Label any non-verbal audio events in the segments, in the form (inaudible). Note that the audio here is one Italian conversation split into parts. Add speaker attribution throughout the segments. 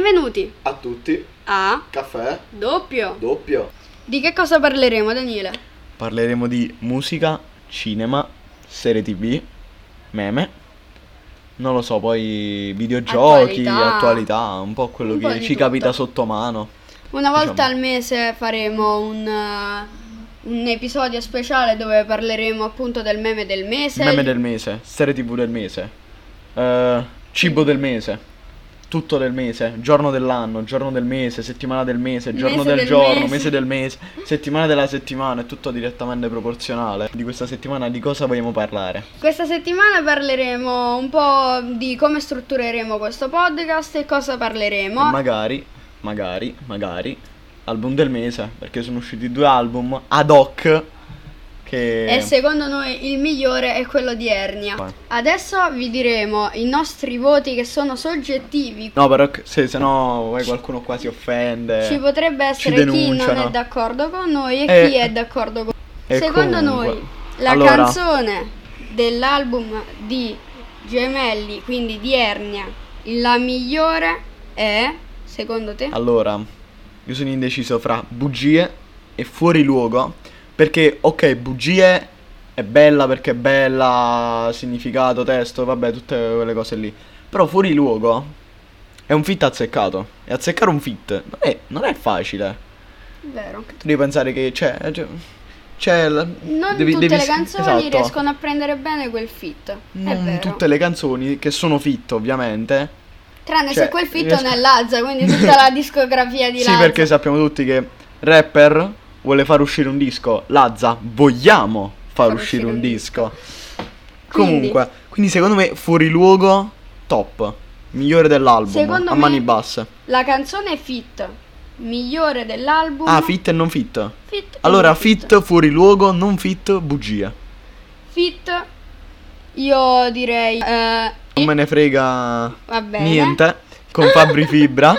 Speaker 1: Benvenuti
Speaker 2: A tutti,
Speaker 1: a
Speaker 2: caffè
Speaker 1: Doppio.
Speaker 2: doppio.
Speaker 1: Di che cosa parleremo, Daniele?
Speaker 3: Parleremo di musica, cinema, serie tv, meme, non lo so, poi videogiochi,
Speaker 1: Attualità.
Speaker 3: attualità, un po' quello
Speaker 1: Un
Speaker 3: che
Speaker 1: po' di
Speaker 3: ci
Speaker 1: tutto.
Speaker 3: capita sotto mano.
Speaker 1: Una volta
Speaker 3: Diciamo.
Speaker 1: al mese faremo un, eh, un episodio speciale dove parleremo appunto del meme del mese.
Speaker 3: Meme del mese, serie tv del mese, eh, cibo del mese, tutto del mese, giorno dell'anno, giorno del mese, settimana del mese, giorno
Speaker 1: Mese
Speaker 3: del,
Speaker 1: del
Speaker 3: giorno,
Speaker 1: mese.
Speaker 3: mese. del mese, settimana della settimana, è tutto direttamente proporzionale. Di questa settimana di cosa vogliamo parlare?
Speaker 1: Questa settimana parleremo un po' di come struttureremo questo podcast e cosa
Speaker 3: E
Speaker 1: parleremo.
Speaker 3: magari, magari, magari, album del mese, perché sono usciti due album ad hoc che...
Speaker 1: E secondo noi il migliore è quello di Ernia.
Speaker 3: Vai.
Speaker 1: Adesso vi diremo i nostri voti che sono soggettivi.
Speaker 3: No, però se, se no poi qualcuno qua si offende.
Speaker 1: Ci potrebbe
Speaker 3: Eh, ci
Speaker 1: essere chi non
Speaker 3: denunciano.
Speaker 1: è d'accordo con noi e
Speaker 3: Eh,
Speaker 1: chi è d'accordo con noi.
Speaker 3: e
Speaker 1: Secondo
Speaker 3: comunque-
Speaker 1: noi la
Speaker 3: Allora.
Speaker 1: canzone dell'album di Gemelli, quindi di Ernia, la migliore è, secondo te?
Speaker 3: Allora, io sono indeciso fra bugie e fuori luogo, perché ok, bugie è bella perché è bella, significato, testo, vabbè, tutte quelle cose lì. Però fuori luogo è un fit azzeccato. E azzeccare un fit non è, non è facile.
Speaker 1: Vero.
Speaker 3: Tu devi pensare che cioè, c'è. c'è, c'è cioè, la-
Speaker 1: Non
Speaker 3: devi-
Speaker 1: tutte
Speaker 3: devi-
Speaker 1: le canzoni
Speaker 3: esatto.
Speaker 1: riescono a prendere bene quel fit. è
Speaker 3: Non
Speaker 1: vero.
Speaker 3: tutte le canzoni che sono fit, ovviamente.
Speaker 1: Tranne
Speaker 3: cioè,
Speaker 1: se quel fit
Speaker 3: riesco-
Speaker 1: non è Lazza, quindi
Speaker 3: (laughs)
Speaker 1: tutta la discografia di
Speaker 3: Sì,
Speaker 1: Lazza.
Speaker 3: perché sappiamo tutti che rapper vuole far uscire un disco. Lazza, vogliamo far uscire un disco.
Speaker 1: Quindi-
Speaker 3: Comunque, quindi secondo me fuori luogo top. Migliore dell'album.
Speaker 1: Secondo
Speaker 3: a
Speaker 1: me-
Speaker 3: mani basse.
Speaker 1: La canzone fit migliore dell'album.
Speaker 3: Ah, fit e non fit.
Speaker 1: Fit e
Speaker 3: Allora,
Speaker 1: non
Speaker 3: fit fuori luogo, non fit bugia.
Speaker 1: Fit, io direi. eh,
Speaker 3: Non me ne frega
Speaker 1: va bene.
Speaker 3: niente
Speaker 1: (laughs)
Speaker 3: con Fabri Fibra.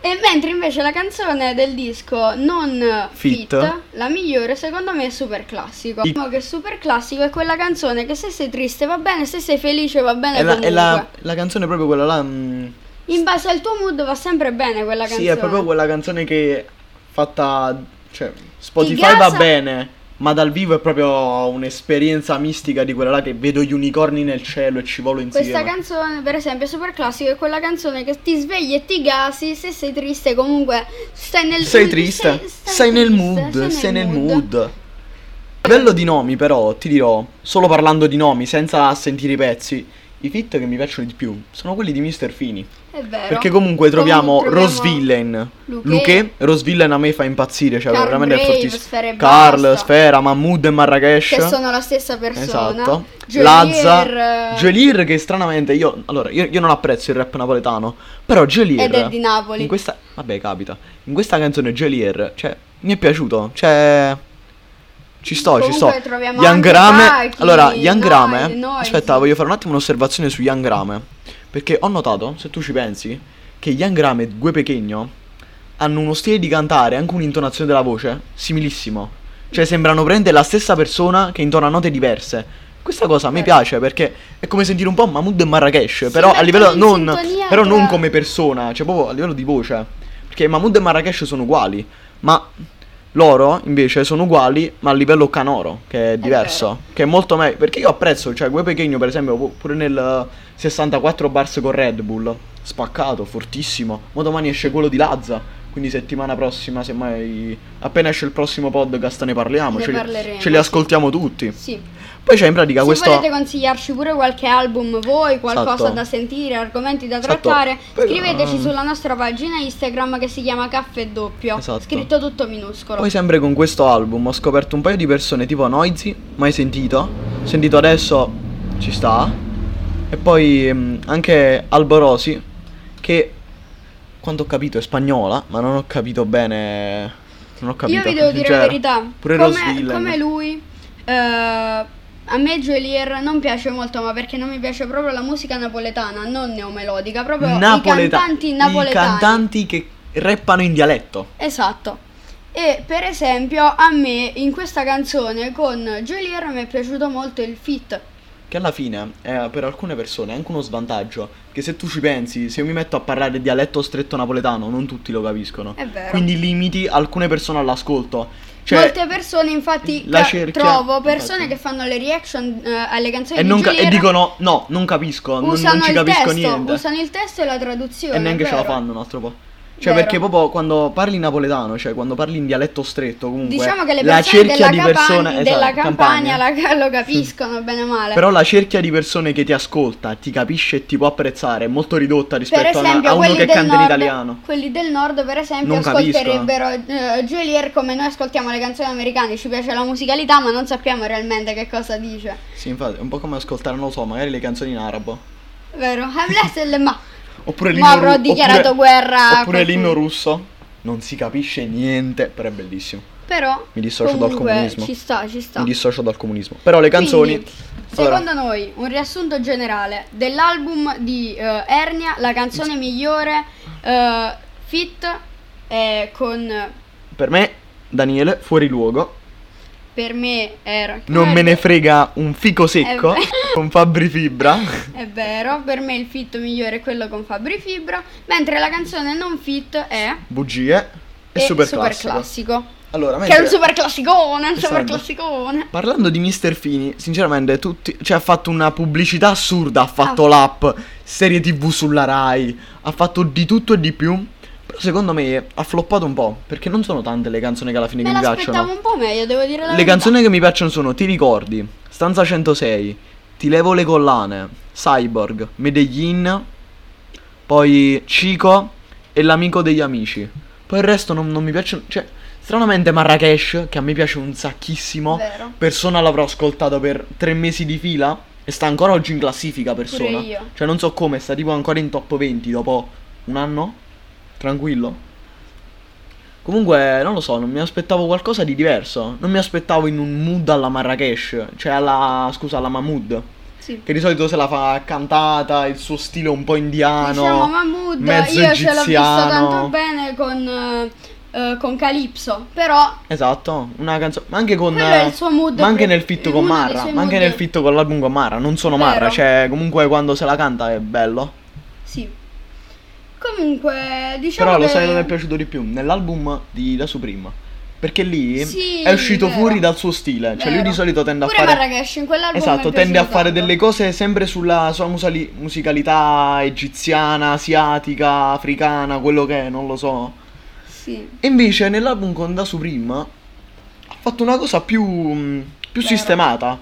Speaker 1: E mentre invece la canzone del disco non fit,
Speaker 3: Fit.
Speaker 1: la migliore secondo me è Super Classico. Diciamo che Super Classico è quella canzone che se sei triste va bene, se sei felice va bene
Speaker 3: È la,
Speaker 1: comunque.
Speaker 3: è la- la canzone proprio quella là. mm,
Speaker 1: In base al tuo mood va sempre bene quella canzone.
Speaker 3: Sì, è proprio quella canzone che fatta. Cioè,
Speaker 1: Ti
Speaker 3: Spotify va
Speaker 1: gasa-
Speaker 3: bene, ma dal vivo è proprio un'esperienza mistica di quella là che vedo gli unicorni nel cielo e ci volo insieme.
Speaker 1: Questa canzone, per esempio, Super Classico è quella canzone che ti svegli e ti gasi, se sei triste comunque stai nel
Speaker 3: Sei triste? Sei, nel
Speaker 1: triste,
Speaker 3: mood, sei, nel mood. Bello di nomi, però, ti dirò, solo parlando di nomi, senza sentire i pezzi. I fit che mi piacciono di più sono quelli di Mr. Fini.
Speaker 1: È vero.
Speaker 3: Perché comunque troviamo,
Speaker 1: Comunque
Speaker 3: Rose Villain,
Speaker 1: Luché.
Speaker 3: Luché, Rose Villain a me fa impazzire, cioè
Speaker 1: Carl
Speaker 3: veramente
Speaker 1: Brave,
Speaker 3: è fortissimo.
Speaker 1: Sfera e
Speaker 3: Carl,
Speaker 1: Basta.
Speaker 3: Sfera, Mahmood e Marrakesh.
Speaker 1: Che sono la stessa persona.
Speaker 3: Esatto.
Speaker 1: Geolier,
Speaker 3: Lazza.
Speaker 1: eh,
Speaker 3: Gelir che stranamente io... Allora, io, io non apprezzo il rap napoletano, però Gelir...
Speaker 1: Ed è di Napoli.
Speaker 3: In questa... Vabbè, capita. In questa canzone Gelir, cioè, mi è piaciuto, cioè... Ci sto, ci sto.
Speaker 1: Comunque troviamo
Speaker 3: Young
Speaker 1: anche
Speaker 3: Grame.
Speaker 1: Baki,
Speaker 3: allora, Young
Speaker 1: Noi-
Speaker 3: Grame.
Speaker 1: Noisy.
Speaker 3: Aspetta, voglio fare un attimo un'osservazione su Young Grame. Perché ho notato, se tu ci pensi, che Young Grame e Gue Pechegno hanno uno stile di cantare, anche un'intonazione della voce, similissimo. Cioè, sembrano prendere la stessa persona che intona note diverse. Questa cosa mi
Speaker 1: Vero.
Speaker 3: piace perché è come sentire un po' Mahmood e Marrakesh,
Speaker 1: Eh. Sì,
Speaker 3: però a
Speaker 1: mettono
Speaker 3: livello
Speaker 1: in
Speaker 3: non,
Speaker 1: sintonia
Speaker 3: però non
Speaker 1: tra-
Speaker 3: come persona, cioè proprio a livello di voce. Perché Mahmood e Marrakesh sono uguali, ma loro invece sono uguali, ma a livello canoro, che è diverso, che è molto meglio. Perché io apprezzo, cioè, Gue Pechegno, per esempio, pu- pure nel 64 bars con Red Bull, spaccato, fortissimo. Ma domani esce quello di Lazza. Quindi settimana prossima, semmai, appena esce il prossimo podcast, ne parliamo.
Speaker 1: Ne
Speaker 3: ce, li,
Speaker 1: parleremo,
Speaker 3: ce li
Speaker 1: sì.
Speaker 3: ascoltiamo tutti.
Speaker 1: Sì.
Speaker 3: Poi c'è in pratica
Speaker 1: Se
Speaker 3: questo.
Speaker 1: volete consigliarci pure qualche album voi, qualcosa
Speaker 3: Esatto.
Speaker 1: da sentire, argomenti da
Speaker 3: Esatto.
Speaker 1: trattare,
Speaker 3: Poi-
Speaker 1: scriveteci
Speaker 3: ehm.
Speaker 1: sulla nostra pagina Instagram che si chiama Caffè Doppio.
Speaker 3: Esatto.
Speaker 1: Scritto tutto minuscolo.
Speaker 3: Poi sempre con questo album ho scoperto un paio di persone tipo Noisy, mai sentito, sentito adesso ci sta, e poi mm, anche Alborosi che quanto ho capito è spagnola, ma non ho capito bene, non ho capito.
Speaker 1: Io vi devo dire la
Speaker 3: sincero.
Speaker 1: verità.
Speaker 3: Pure Rose
Speaker 1: come,
Speaker 3: Villain.
Speaker 1: come lui, eh, a me Geolier non piace molto, ma perché non mi piace proprio la musica napoletana, non neomelodica, proprio i
Speaker 3: Napoleta-
Speaker 1: cantanti napoletani.
Speaker 3: I cantanti che rappano in dialetto.
Speaker 1: Esatto. E per esempio a me in questa canzone con Geolier mi è piaciuto molto il fit
Speaker 3: Che alla fine è per alcune persone anche uno svantaggio. Che se tu ci pensi, se io mi metto a parlare dialetto stretto napoletano, non tutti lo capiscono.
Speaker 1: È vero.
Speaker 3: Quindi limiti alcune persone all'ascolto. Cioè,
Speaker 1: Molte persone, infatti,
Speaker 3: la
Speaker 1: ca-
Speaker 3: cerchia-
Speaker 1: trovo persone
Speaker 3: infatti.
Speaker 1: che fanno le reaction eh, alle canzoni
Speaker 3: e,
Speaker 1: di
Speaker 3: non ca- e
Speaker 1: Giuliera,
Speaker 3: dicono no, non capisco, non,
Speaker 1: usano
Speaker 3: non ci
Speaker 1: il
Speaker 3: capisco
Speaker 1: testo,
Speaker 3: niente.
Speaker 1: usano il testo e la traduzione.
Speaker 3: e neanche
Speaker 1: è
Speaker 3: ce la
Speaker 1: vero.
Speaker 3: fanno un altro po'. Cioè,
Speaker 1: Vero.
Speaker 3: perché proprio quando parli in napoletano, cioè quando parli in dialetto stretto, comunque
Speaker 1: Diciamo che le
Speaker 3: la
Speaker 1: persone
Speaker 3: cerchia
Speaker 1: della,
Speaker 3: di
Speaker 1: Campania-
Speaker 3: persone
Speaker 1: della
Speaker 3: esatto,
Speaker 1: Campania la-
Speaker 3: Campania.
Speaker 1: lo capiscono bene o male.
Speaker 3: Però la cerchia di persone che ti ascolta, ti capisce e ti può apprezzare è molto ridotta rispetto
Speaker 1: per
Speaker 3: a una-
Speaker 1: esempio,
Speaker 3: a uno
Speaker 1: quelli
Speaker 3: che
Speaker 1: del
Speaker 3: canta in
Speaker 1: nord,
Speaker 3: italiano.
Speaker 1: Quelli del nord, per esempio,
Speaker 3: Non capiscono.
Speaker 1: ascolterebbero eh, Julier come noi ascoltiamo le canzoni americane. Ci piace la musicalità, ma non sappiamo realmente che cosa dice.
Speaker 3: Sì, infatti, è un po' come ascoltare, non lo so, magari le canzoni in arabo.
Speaker 1: Vero? (laughs) Hamlet e le- ma.
Speaker 3: Oppure
Speaker 1: Ma
Speaker 3: l'inno
Speaker 1: avrò
Speaker 3: ru-
Speaker 1: dichiarato
Speaker 3: oppure-
Speaker 1: guerra a
Speaker 3: Oppure
Speaker 1: qualcuno.
Speaker 3: l'inno russo. Non si capisce niente, però è bellissimo.
Speaker 1: Però.
Speaker 3: Mi dissocio dal
Speaker 1: comunque,
Speaker 3: comunismo.
Speaker 1: Ci sta, ci sta.
Speaker 3: Mi dissocio dal comunismo. Però le canzoni.
Speaker 1: Quindi,
Speaker 3: Allora,
Speaker 1: Secondo noi, un riassunto generale dell'album di eh, Ernia, la canzone migliore eh, fit è con
Speaker 3: per me, Daniele, fuori luogo.
Speaker 1: per me era
Speaker 3: Non me ne frega un fico secco.
Speaker 1: Eh beh.
Speaker 3: con
Speaker 1: (laughs)
Speaker 3: Fabri Fibra.
Speaker 1: È vero, per me il fit migliore è quello con Fabri Fibra, mentre la canzone non fit è
Speaker 3: Bugie. E,
Speaker 1: è
Speaker 3: super, classico.
Speaker 1: Superclassico,
Speaker 3: Allora,
Speaker 1: che è un
Speaker 3: mentre-
Speaker 1: super classicone, un
Speaker 3: Esatto.
Speaker 1: super classicone.
Speaker 3: Parlando di Mr. Fini, sinceramente, tutti, cioè, ha fatto una pubblicità assurda, ha fatto
Speaker 1: Ah.
Speaker 3: l'app, serie TV sulla Rai, ha fatto di tutto e di più. Però secondo me ha floppato un po', perché non sono tante le canzoni che alla fine
Speaker 1: Me
Speaker 3: mi
Speaker 1: l'aspettavo
Speaker 3: piacciono.
Speaker 1: un po' meglio, devo dire la
Speaker 3: Le
Speaker 1: verità.
Speaker 3: canzoni che mi piacciono sono Ti ricordi, Stanza 106, Ti levo le collane, Cyborg, Medellin, poi Chico e L'amico degli amici. Poi il resto non, non mi piacciono, cioè, stranamente Marrakesh, che a me piace un sacchissimo.
Speaker 1: Vero.
Speaker 3: Persona l'avrò ascoltato per tre mesi di fila e sta ancora oggi in classifica Persona.
Speaker 1: Pure io.
Speaker 3: Cioè non so come, sta tipo ancora in top 20 dopo un anno? Tranquillo. Comunque, non lo so, non mi aspettavo qualcosa di diverso. Non mi aspettavo in un mood alla Marrakesh, cioè alla, scusa, alla Mahmood.
Speaker 1: Sì.
Speaker 3: Che di solito se la fa cantata, il suo stile un po' indiano.
Speaker 1: Diciamo Mahmood,
Speaker 3: mezzo
Speaker 1: io ce l'ho visto
Speaker 3: egiziano.
Speaker 1: tanto bene con, eh, eh, con Calypso, però
Speaker 3: Esatto, una canzone. Ma anche con.
Speaker 1: Quello è il suo mood
Speaker 3: Ma anche
Speaker 1: pre-
Speaker 3: nel fit
Speaker 1: uno
Speaker 3: con
Speaker 1: dei
Speaker 3: Marra.
Speaker 1: suoi
Speaker 3: Ma anche
Speaker 1: mood-
Speaker 3: nel fit con l'album con Marra. Non sono
Speaker 1: Vero.
Speaker 3: Marra, cioè, comunque quando se la canta è bello.
Speaker 1: sì. Comunque, diciamo
Speaker 3: Però lo
Speaker 1: che-
Speaker 3: sai dove mi è piaaciuto di più? Nell'album di La Suprema. Perché lì
Speaker 1: Sì,
Speaker 3: è uscito
Speaker 1: vero.
Speaker 3: fuori dal suo stile. Cioè, lui
Speaker 1: Vero.
Speaker 3: di solito tende a
Speaker 1: Pure
Speaker 3: fare.
Speaker 1: Marrakesh in quell'album
Speaker 3: Esatto,
Speaker 1: mi è
Speaker 3: tende a
Speaker 1: piaciuto
Speaker 3: fare
Speaker 1: tanto.
Speaker 3: delle cose sempre sulla sua musali- musicalità egiziana, asiatica, africana, quello che è, non lo so.
Speaker 1: Sì.
Speaker 3: E invece nell'album con Da Supreme ha fatto una cosa più, mh, più
Speaker 1: Vero.
Speaker 3: sistemata,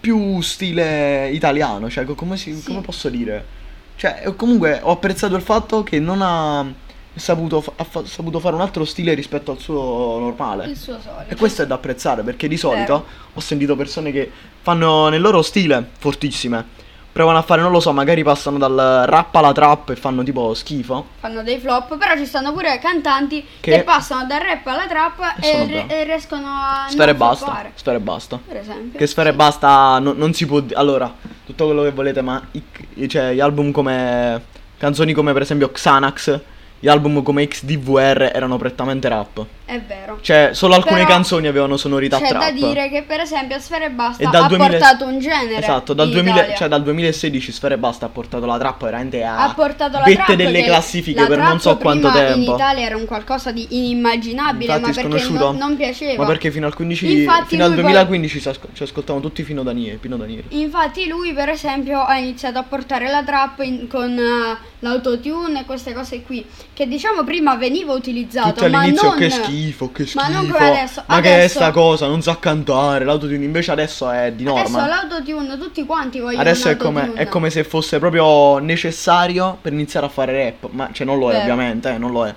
Speaker 3: più stile italiano, cioè co- come, si-
Speaker 1: Sì.
Speaker 3: come posso dire? Cioè, eh, comunque ho apprezzato il fatto che non ha saputo, fa- ha fa- saputo fare un altro stile rispetto al suo normale.
Speaker 1: Il suo solito.
Speaker 3: E questo è da apprezzare perché di solito
Speaker 1: Vero.
Speaker 3: ho sentito persone che fanno nel loro stile fortissime. Provano a fare, non lo so, magari passano dal rap alla trap e fanno tipo schifo.
Speaker 1: Fanno dei flop, però ci stanno pure cantanti che,
Speaker 3: Che-
Speaker 1: passano dal rap alla trap
Speaker 3: E
Speaker 1: e,
Speaker 3: sono
Speaker 1: re-
Speaker 3: bravi.
Speaker 1: e riescono a
Speaker 3: Sfera e
Speaker 1: Ah, non
Speaker 3: basta.
Speaker 1: floppare,
Speaker 3: Sfera e basta.
Speaker 1: Per esempio.
Speaker 3: Che sfera e basta no- non si può di- Allora, tutto quello che volete, ma i- cioè, gli album come. canzoni come per esempio Xanax, gli album come XDVR erano prettamente rap.
Speaker 1: È vero.
Speaker 3: Cioè, solo alcune
Speaker 1: Però
Speaker 3: canzoni avevano sonorità
Speaker 1: C'è
Speaker 3: trap.
Speaker 1: da dire che per esempio Sfera e Basta
Speaker 3: E dal
Speaker 1: ha
Speaker 3: 2000
Speaker 1: portato un genere.
Speaker 3: Esatto, dal,
Speaker 1: in
Speaker 3: 2000
Speaker 1: Italia.
Speaker 3: cioè, dal 2016 Sfera e Basta ha portato la trap veramente a
Speaker 1: ha portato la
Speaker 3: Ah, vette
Speaker 1: trap
Speaker 3: delle
Speaker 1: che-
Speaker 3: classifiche
Speaker 1: la
Speaker 3: per
Speaker 1: trap
Speaker 3: non so quanto
Speaker 1: prima
Speaker 3: tempo.
Speaker 1: In Italia era un qualcosa di inimmaginabile,
Speaker 3: Infatti
Speaker 1: ma
Speaker 3: è
Speaker 1: perché
Speaker 3: sconosciuto.
Speaker 1: non, non piaceva.
Speaker 3: Ma perché fino al 15
Speaker 1: Infatti
Speaker 3: fino al
Speaker 1: lui poi-
Speaker 3: 2015 ci asco- ci ascoltavano tutti fino Daniele, Pino Daniele.
Speaker 1: Infatti lui per esempio ha iniziato a portare la trap in- con eh, l'autotune e queste cose qui che diciamo prima veniva utilizzato
Speaker 3: Tutti
Speaker 1: ma
Speaker 3: all'inizio
Speaker 1: non
Speaker 3: che schifo, che schifo.
Speaker 1: ma non come adesso.
Speaker 3: Ma che è
Speaker 1: Adesso-
Speaker 3: sta cosa? Non sa cantare. L'autotune invece adesso è di
Speaker 1: Adesso
Speaker 3: norma.
Speaker 1: l'autotune tutti quanti vogliono
Speaker 3: Adesso
Speaker 1: un
Speaker 3: è come,
Speaker 1: autotune.
Speaker 3: è come se fosse proprio necessario per iniziare a fare rap. Ma cioè non lo è,
Speaker 1: Vero.
Speaker 3: ovviamente, eh, non lo è.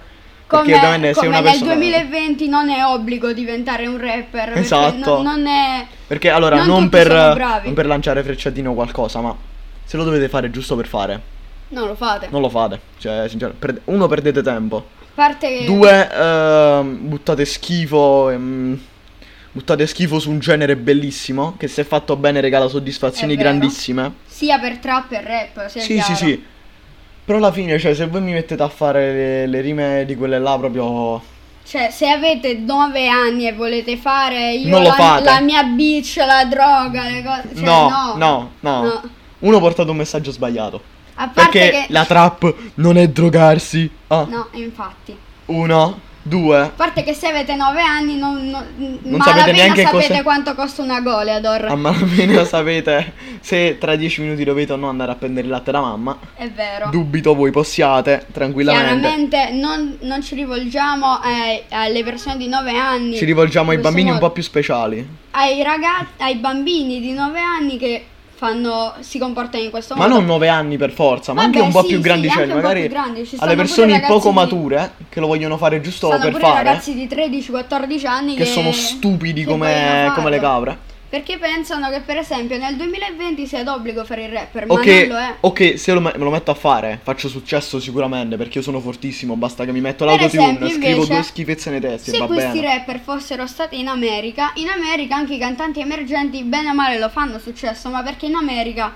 Speaker 1: Come-
Speaker 3: Perché ovviamente sei
Speaker 1: come
Speaker 3: una
Speaker 1: nel
Speaker 3: persona.
Speaker 1: 2020 non è obbligo diventare un rapper perché
Speaker 3: Esatto.
Speaker 1: non, non è
Speaker 3: Perché allora
Speaker 1: non
Speaker 3: non,
Speaker 1: tutti
Speaker 3: per,
Speaker 1: sono bravi.
Speaker 3: non per lanciare frecciatino o qualcosa, ma se lo dovete fare giusto per fare,
Speaker 1: non lo fate
Speaker 3: non lo fate. Cioè, sincero, perde- uno perdete tempo.
Speaker 1: a parte che
Speaker 3: Due, ehm, buttate schifo. ehm, buttate schifo su un genere bellissimo. Che se fatto bene regala soddisfazioni
Speaker 1: È vero.
Speaker 3: grandissime.
Speaker 1: sia per trap che rap sia
Speaker 3: Sì, sì, sì. Però alla fine, cioè, se voi mi mettete a fare le, le rime di quelle là, proprio.
Speaker 1: Cioè, se avete 9 anni e volete fare io
Speaker 3: Non lo
Speaker 1: la,
Speaker 3: fate.
Speaker 1: la mia bitch, la droga, le cose. Cioè,
Speaker 3: no, no, no,
Speaker 1: no.
Speaker 3: Uno ha portato un messaggio sbagliato.
Speaker 1: A parte
Speaker 3: Perché
Speaker 1: che.
Speaker 3: la trap non è drogarsi. Ah,
Speaker 1: No, infatti.
Speaker 3: Uno, due.
Speaker 1: A parte che se avete 9 anni non, non,
Speaker 3: Non
Speaker 1: ma
Speaker 3: sapete
Speaker 1: alla pena
Speaker 3: neanche
Speaker 1: sapete
Speaker 3: cos'è.
Speaker 1: quanto costa una goleador.
Speaker 3: A (laughs) malapena sapete se tra dieci minuti dovete o no andare a prendere il latte da mamma.
Speaker 1: È vero.
Speaker 3: Dubito voi possiate, tranquillamente.
Speaker 1: Chiaramente non, non ci rivolgiamo eh, alle persone di 9 anni.
Speaker 3: Ci rivolgiamo ai
Speaker 1: in questo
Speaker 3: bambini un
Speaker 1: modo.
Speaker 3: po' più speciali.
Speaker 1: ai ragazzi, ai bambini di 9 anni che fanno si comportano in questo
Speaker 3: Ma
Speaker 1: modo.
Speaker 3: non 9 anni per forza, ma
Speaker 1: Vabbè,
Speaker 3: anche un po'
Speaker 1: sì,
Speaker 3: più
Speaker 1: sì,
Speaker 3: grandicelli,
Speaker 1: anche un po'
Speaker 3: magari
Speaker 1: più grandi. Ci stanno
Speaker 3: alle
Speaker 1: pure
Speaker 3: persone
Speaker 1: ragazzi
Speaker 3: poco
Speaker 1: di-
Speaker 3: mature che lo vogliono fare giusto
Speaker 1: Sono
Speaker 3: per
Speaker 1: pure
Speaker 3: fare
Speaker 1: ragazzi di 13-14 anni
Speaker 3: che sono stupidi
Speaker 1: che vogliono
Speaker 3: come,
Speaker 1: farlo.
Speaker 3: come le capre.
Speaker 1: Perché pensano che per esempio nel 2020 sia d'obbligo fare il rapper, ma
Speaker 3: Ok, oh,
Speaker 1: non lo è.
Speaker 3: ok, se lo me me lo metto a fare faccio successo sicuramente perché io sono fortissimo, basta che mi metto
Speaker 1: Per
Speaker 3: l'autotune,
Speaker 1: esempio,
Speaker 3: scrivo
Speaker 1: invece,
Speaker 3: due schifezze nei testi e
Speaker 1: Se
Speaker 3: va
Speaker 1: questi
Speaker 3: bene.
Speaker 1: rapper fossero stati in America, in America anche i cantanti emergenti bene o male lo fanno successo, ma perché in America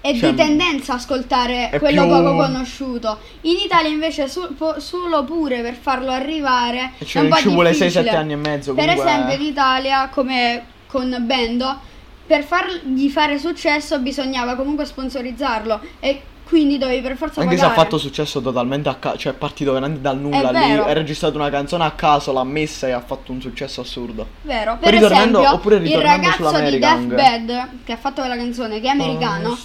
Speaker 1: è
Speaker 3: Cioè,
Speaker 1: di tendenza ascoltare
Speaker 3: è
Speaker 1: quello
Speaker 3: più-
Speaker 1: poco conosciuto. In Italia invece su- po- solo pure per farlo arrivare
Speaker 3: E
Speaker 1: è un
Speaker 3: Cioè,
Speaker 1: po'
Speaker 3: ci vuole
Speaker 1: difficile.
Speaker 3: 6-7 anni e mezzo
Speaker 1: Per
Speaker 3: comunque. eh.
Speaker 1: esempio in Italia, come con Bendo, per fargli fare successo bisognava comunque sponsorizzarlo e quindi dovevi per forza
Speaker 3: Anche se ha
Speaker 1: pagare.
Speaker 3: fatto successo totalmente a caso, cioè è partito veramente dal nulla
Speaker 1: Cioè, È
Speaker 3: lì,
Speaker 1: vero.
Speaker 3: ha registrato una canzone a caso, l'ha messa e ha fatto un successo assurdo.
Speaker 1: Vero, per
Speaker 3: ritornando-
Speaker 1: esempio,
Speaker 3: oppure
Speaker 1: il
Speaker 3: ritornando
Speaker 1: ragazzo di
Speaker 3: sull'America anche.
Speaker 1: Deathbed che ha fatto quella canzone, che è
Speaker 3: Oh,
Speaker 1: americano,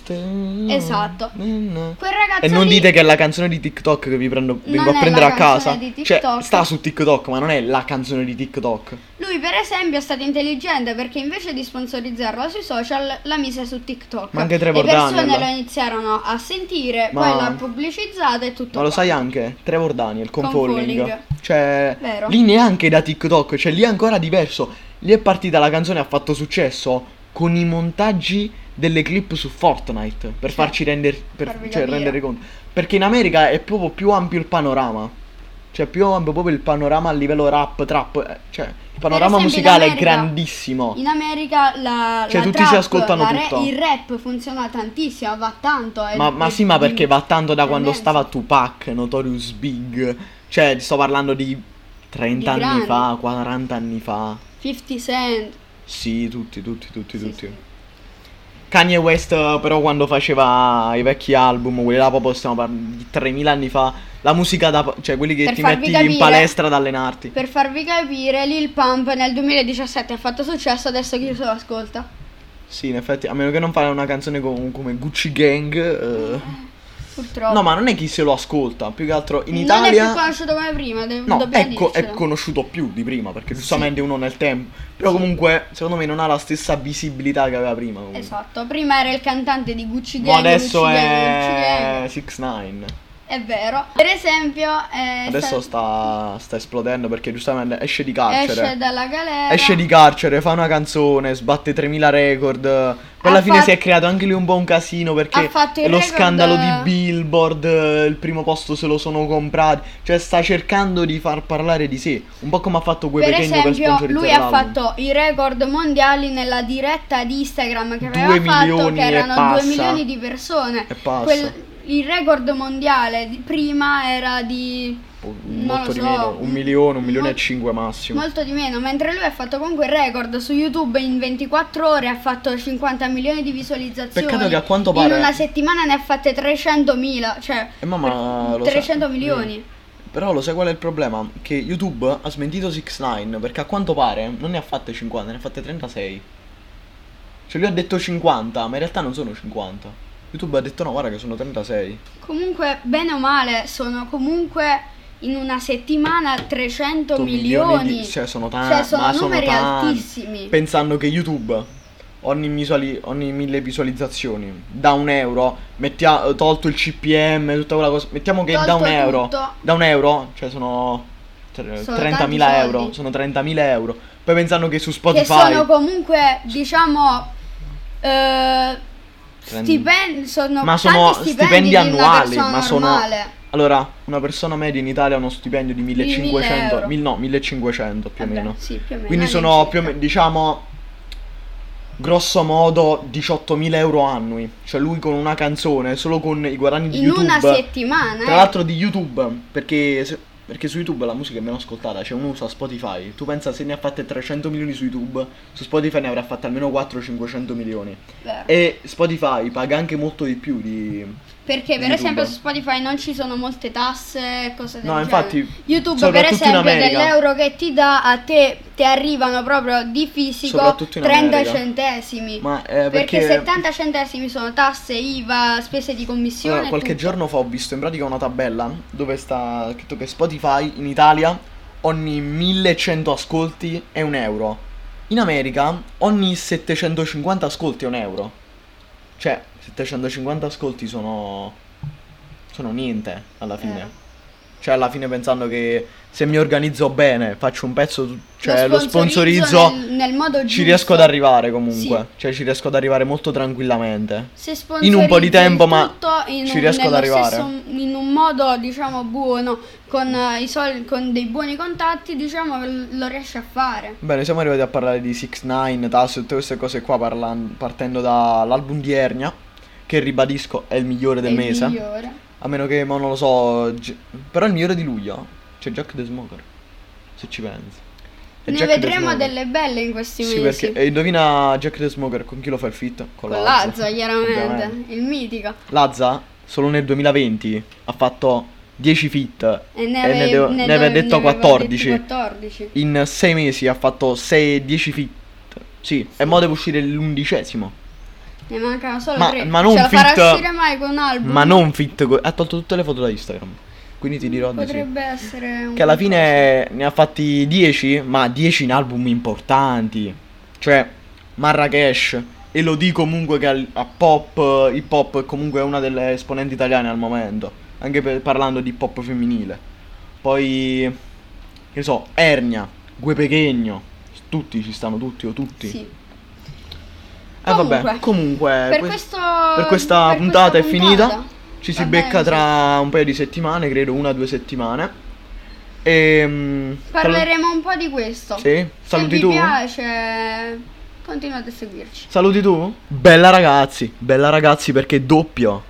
Speaker 1: Esatto. quel ragazzo
Speaker 3: E non
Speaker 1: lì
Speaker 3: dite che è la canzone di TikTok che vi, prendo, vi
Speaker 1: Non
Speaker 3: vengo a
Speaker 1: è
Speaker 3: prendere
Speaker 1: la
Speaker 3: a casa.
Speaker 1: canzone di
Speaker 3: Cioè,
Speaker 1: TikTok.
Speaker 3: sta su TikTok, ma non è la canzone di TikTok.
Speaker 1: Lui per esempio è stato intelligente perché invece di sponsorizzarla sui social la mise su TikTok.
Speaker 3: Ma anche Trevor
Speaker 1: Le persone
Speaker 3: Daniel.
Speaker 1: lo iniziarono a sentire,
Speaker 3: Ma-
Speaker 1: poi l'ha pubblicizzata e tutto.
Speaker 3: Ma lo
Speaker 1: qua.
Speaker 3: sai anche? Trevor Daniel con,
Speaker 1: Con
Speaker 3: Falling.
Speaker 1: Falling.
Speaker 3: Cioè,
Speaker 1: Vero.
Speaker 3: lì neanche da TikTok, cioè lì è ancora diverso. Lì è partita la canzone, ha fatto successo con i montaggi delle clip su Fortnite. Per
Speaker 1: Sì.
Speaker 3: farci rendere, per-
Speaker 1: Farvi
Speaker 3: cioè,
Speaker 1: capire.
Speaker 3: rendere conto. Perché in America è proprio più ampio il panorama. Cioè, più ampio proprio il panorama a livello rap, trap. eh, Cioè, il
Speaker 1: esempio,
Speaker 3: panorama
Speaker 1: in
Speaker 3: musicale è
Speaker 1: America-
Speaker 3: grandissimo.
Speaker 1: In America la,
Speaker 3: Cioè,
Speaker 1: la
Speaker 3: tutti si
Speaker 1: trap,
Speaker 3: ascoltano
Speaker 1: la re-
Speaker 3: tutto.
Speaker 1: il rap funziona tantissimo, va tanto. eh. è-
Speaker 3: Ma, ma
Speaker 1: è-
Speaker 3: sì, ma perché va tanto da
Speaker 1: è
Speaker 3: quando
Speaker 1: immenso.
Speaker 3: stava Tupac, Notorious Big. Cioè, sto parlando di 30
Speaker 1: Di grandi.
Speaker 3: anni fa, 40 anni fa.
Speaker 1: 50 Cent.
Speaker 3: Sì, tutti, tutti, tutti,
Speaker 1: Sì,
Speaker 3: tutti.
Speaker 1: sì.
Speaker 3: Kanye West, eh, però, quando faceva i vecchi album, quelli là proprio stiamo parlando di 3000 anni fa. La musica da. cioè, quelli che
Speaker 1: Per
Speaker 3: ti
Speaker 1: farvi
Speaker 3: metti in
Speaker 1: capire-
Speaker 3: palestra ad allenarti.
Speaker 1: Per farvi capire, Lil Pump nel 2017 ha fatto successo, adesso chi se lo ascolta?
Speaker 3: Sì, in effetti, a meno che non fai una canzone co- come Gucci Gang. eh.
Speaker 1: Purtroppo.
Speaker 3: No, ma non è chi se lo ascolta, più che altro in
Speaker 1: Mm. Non è più
Speaker 3: Italia.
Speaker 1: conosciuto come prima, de-
Speaker 3: No,
Speaker 1: dobbiamo
Speaker 3: ecco, è
Speaker 1: dircelo.
Speaker 3: conosciuto più di prima perché giustamente uno nel tempo. Però comunque, secondo me, non ha la stessa visibilità che aveva prima. comunque.
Speaker 1: Esatto, prima era il cantante di Gucci Gang,
Speaker 3: Mo adesso
Speaker 1: Gucci
Speaker 3: è
Speaker 1: Gang, Gucci
Speaker 3: 6 9
Speaker 1: Gang. È vero. Per esempio, eh,
Speaker 3: Adesso
Speaker 1: sta-
Speaker 3: sta, sta esplodendo perché giustamente esce di carcere.
Speaker 1: esce dalla galera.
Speaker 3: Esce di carcere, fa una canzone, sbatte 3000 record. Poi alla
Speaker 1: Ha
Speaker 3: fine si è
Speaker 1: fatto-
Speaker 3: creato anche lì un po' un casino perché
Speaker 1: ha fatto il
Speaker 3: lo
Speaker 1: record-
Speaker 3: scandalo di Billboard, eh, il primo posto se lo sono comprati. Cioè sta cercando di far parlare di sé, un po' come ha fatto quei
Speaker 1: Per
Speaker 3: Pequeno per
Speaker 1: esempio,
Speaker 3: sponsorizzare
Speaker 1: lui ha
Speaker 3: l'album.
Speaker 1: fatto i record mondiali nella diretta di Instagram che aveva
Speaker 3: Due
Speaker 1: fatto,
Speaker 3: milioni
Speaker 1: che
Speaker 3: e
Speaker 1: erano 2
Speaker 3: passa.
Speaker 1: milioni di persone.
Speaker 3: E passa.
Speaker 1: Quel- il record mondiale di prima era di
Speaker 3: Po-
Speaker 1: Non
Speaker 3: molto
Speaker 1: lo
Speaker 3: di
Speaker 1: so,
Speaker 3: meno, un
Speaker 1: un-
Speaker 3: milione, un milione e
Speaker 1: mol-
Speaker 3: cinque massimo.
Speaker 1: Molto di meno, mentre lui ha fatto comunque il record su YouTube in 24 ore, ha fatto 50 milioni di visualizzazioni.
Speaker 3: Peccato che a quanto
Speaker 1: In
Speaker 3: pare-
Speaker 1: una settimana ne ha fatte 300.000, cioè
Speaker 3: Eh, ma- ma
Speaker 1: per-
Speaker 3: lo
Speaker 1: 300
Speaker 3: sai- Mm.
Speaker 1: milioni.
Speaker 3: Però lo sai qual è il problema? Che YouTube ha smentito 6ix9ine perché a quanto pare non ne ha fatte 50, ne ha fatte 36. Cioè lui ha detto 50, ma in realtà non sono 50. YouTube ha detto no, guarda che sono 36.
Speaker 1: Comunque, bene o male, sono comunque in una settimana 300
Speaker 3: Sono
Speaker 1: milioni.
Speaker 3: di- Cioè sono tanti,
Speaker 1: Cioè, sono
Speaker 3: ma sono
Speaker 1: numeri
Speaker 3: tanti.
Speaker 1: altissimi.
Speaker 3: Pensando che YouTube ogni, visuali- ogni mille visualizzazioni da un euro, mettia- tolto il CPM, tutta quella cosa, mettiamo che da
Speaker 1: Tolto
Speaker 3: un euro,
Speaker 1: tutto.
Speaker 3: da un euro, cioè sono, tre-
Speaker 1: Sono
Speaker 3: 30.000
Speaker 1: tanti
Speaker 3: euro,
Speaker 1: soldi.
Speaker 3: sono 30.000 euro. Poi pensando che su
Speaker 1: che
Speaker 3: Spotify
Speaker 1: sono comunque, diciamo, eh, stipendi, sono
Speaker 3: Ma
Speaker 1: tanti
Speaker 3: sono
Speaker 1: stipendi,
Speaker 3: stipendi
Speaker 1: di una
Speaker 3: annuali,
Speaker 1: persona
Speaker 3: ma sono-
Speaker 1: normale.
Speaker 3: Allora, una persona media in Italia ha uno stipendio di 1500,
Speaker 1: 1000 euro.
Speaker 3: mil- no, 1500 più o
Speaker 1: Vabbè,
Speaker 3: meno.
Speaker 1: sì, più o meno,
Speaker 3: Quindi sono
Speaker 1: all'incirca.
Speaker 3: più o meno, diciamo, grosso modo 18.000 euro annui. Cioè lui con una canzone, solo con i guadagni di
Speaker 1: in
Speaker 3: YouTube.
Speaker 1: una settimana.
Speaker 3: Tra
Speaker 1: eh.
Speaker 3: l'altro di YouTube, perché se- Perché su YouTube la musica è meno ascoltata, cioè uno usa Spotify. Tu pensa se ne ha fatte 300 milioni su YouTube, su Spotify ne avrà fatte almeno 400-500 milioni.
Speaker 1: eh, Vero.
Speaker 3: E Spotify paga anche molto di più di...
Speaker 1: Perché per
Speaker 3: YouTube.
Speaker 1: esempio su Spotify non ci sono molte tasse e cose del
Speaker 3: No,
Speaker 1: genere.
Speaker 3: infatti,
Speaker 1: YouTube per
Speaker 3: soprattutto in
Speaker 1: esempio
Speaker 3: America.
Speaker 1: dell'euro che ti dà a te ti arrivano proprio di fisico
Speaker 3: Soprattutto in
Speaker 1: 30
Speaker 3: America.
Speaker 1: centesimi.
Speaker 3: Ma eh,
Speaker 1: perché...
Speaker 3: perché...
Speaker 1: 70 centesimi sono tasse, IVA, spese di commissione.
Speaker 3: Allora, qualche
Speaker 1: tutto.
Speaker 3: giorno fa ho visto in pratica una tabella dove sta scritto che Spotify in Italia ogni 1100 ascolti è un euro. In America ogni 750 ascolti è un euro. Cioè, 750 ascolti sono. sono niente alla fine.
Speaker 1: Eh.
Speaker 3: Cioè, alla fine pensando che se mi organizzo bene, faccio un pezzo, cioè lo
Speaker 1: sponsorizzo
Speaker 3: sponsorizzo,
Speaker 1: nel, nel modo giusto.
Speaker 3: ci riesco ad arrivare comunque. Cioè, ci riesco ad arrivare molto tranquillamente.
Speaker 1: Se
Speaker 3: in un po' di
Speaker 1: sponsorizzi
Speaker 3: tempo,
Speaker 1: il
Speaker 3: ma
Speaker 1: tutto in
Speaker 3: ci
Speaker 1: un-
Speaker 3: riesco ad
Speaker 1: nello
Speaker 3: arrivare.
Speaker 1: stesso- in un modo, diciamo, buono, con, eh, i sol- con dei buoni contatti, diciamo, l- lo riesci a fare.
Speaker 3: Bene, siamo arrivati a parlare di 6 9 Tasso e tutte queste cose qua parlan- partendo dall'album di Ernia, che ribadisco è il migliore del
Speaker 1: È il
Speaker 3: mese.
Speaker 1: migliore.
Speaker 3: A meno che, mo non lo so, G- però è il migliore di luglio. C'è Jack the Smoker, se ci pensi. È
Speaker 1: Ne
Speaker 3: Jack the
Speaker 1: vedremo
Speaker 3: Smoker.
Speaker 1: delle belle in questi
Speaker 3: Sì,
Speaker 1: mesi.
Speaker 3: perché e indovina Jack the Smoker con chi lo fa il fit?
Speaker 1: Con Lazza, chiaramente, il mitico.
Speaker 3: Lazza, solo nel 2020, ha fatto 10 fit
Speaker 1: E ne,
Speaker 3: Eh, ne
Speaker 1: ave-
Speaker 3: devo-
Speaker 1: ne
Speaker 3: ne
Speaker 1: dove-
Speaker 3: aveva
Speaker 1: ne
Speaker 3: detto
Speaker 1: aveva
Speaker 3: 14.
Speaker 1: detti 14.
Speaker 3: in 6 mesi ha fatto 6-10 fit. Sì, e mo deve uscire l'undicesimo.
Speaker 1: Ne mancano solo
Speaker 3: Ma-
Speaker 1: tre.
Speaker 3: ma non
Speaker 1: Ce la farà
Speaker 3: fit-
Speaker 1: uscire mai con un album?
Speaker 3: Ma non fit. co- ha tolto tutte le foto da Instagram. Quindi ti dirò di sì.
Speaker 1: Potrebbe essere un
Speaker 3: Che alla fine ne ha fatti 10, ma 10 in album importanti. Cioè, Marrakesh. E lo dico comunque che al- a pop, hip hop è comunque una delle esponenti italiane al momento. Anche per- parlando di hip hop femminile. Poi, che so, Ernia, Gue Pechegno. Tutti ci stanno, tutti o tutti.
Speaker 1: Sì.
Speaker 3: Eh vabbè,
Speaker 1: Comunque,
Speaker 3: comunque
Speaker 1: per,
Speaker 3: que-
Speaker 1: questo,
Speaker 3: per questa
Speaker 1: per
Speaker 3: puntata
Speaker 1: questa
Speaker 3: è finita.
Speaker 1: puntata.
Speaker 3: Ci si
Speaker 1: Va
Speaker 3: becca
Speaker 1: bene.
Speaker 3: tra un paio di settimane, credo una o due settimane. E
Speaker 1: Parleremo un po' di questo.
Speaker 3: Sì, saluti
Speaker 1: Se
Speaker 3: tu.
Speaker 1: vi piace, continuate a seguirci.
Speaker 3: Saluti tu? Bella ragazzi, bella ragazzi perché doppio.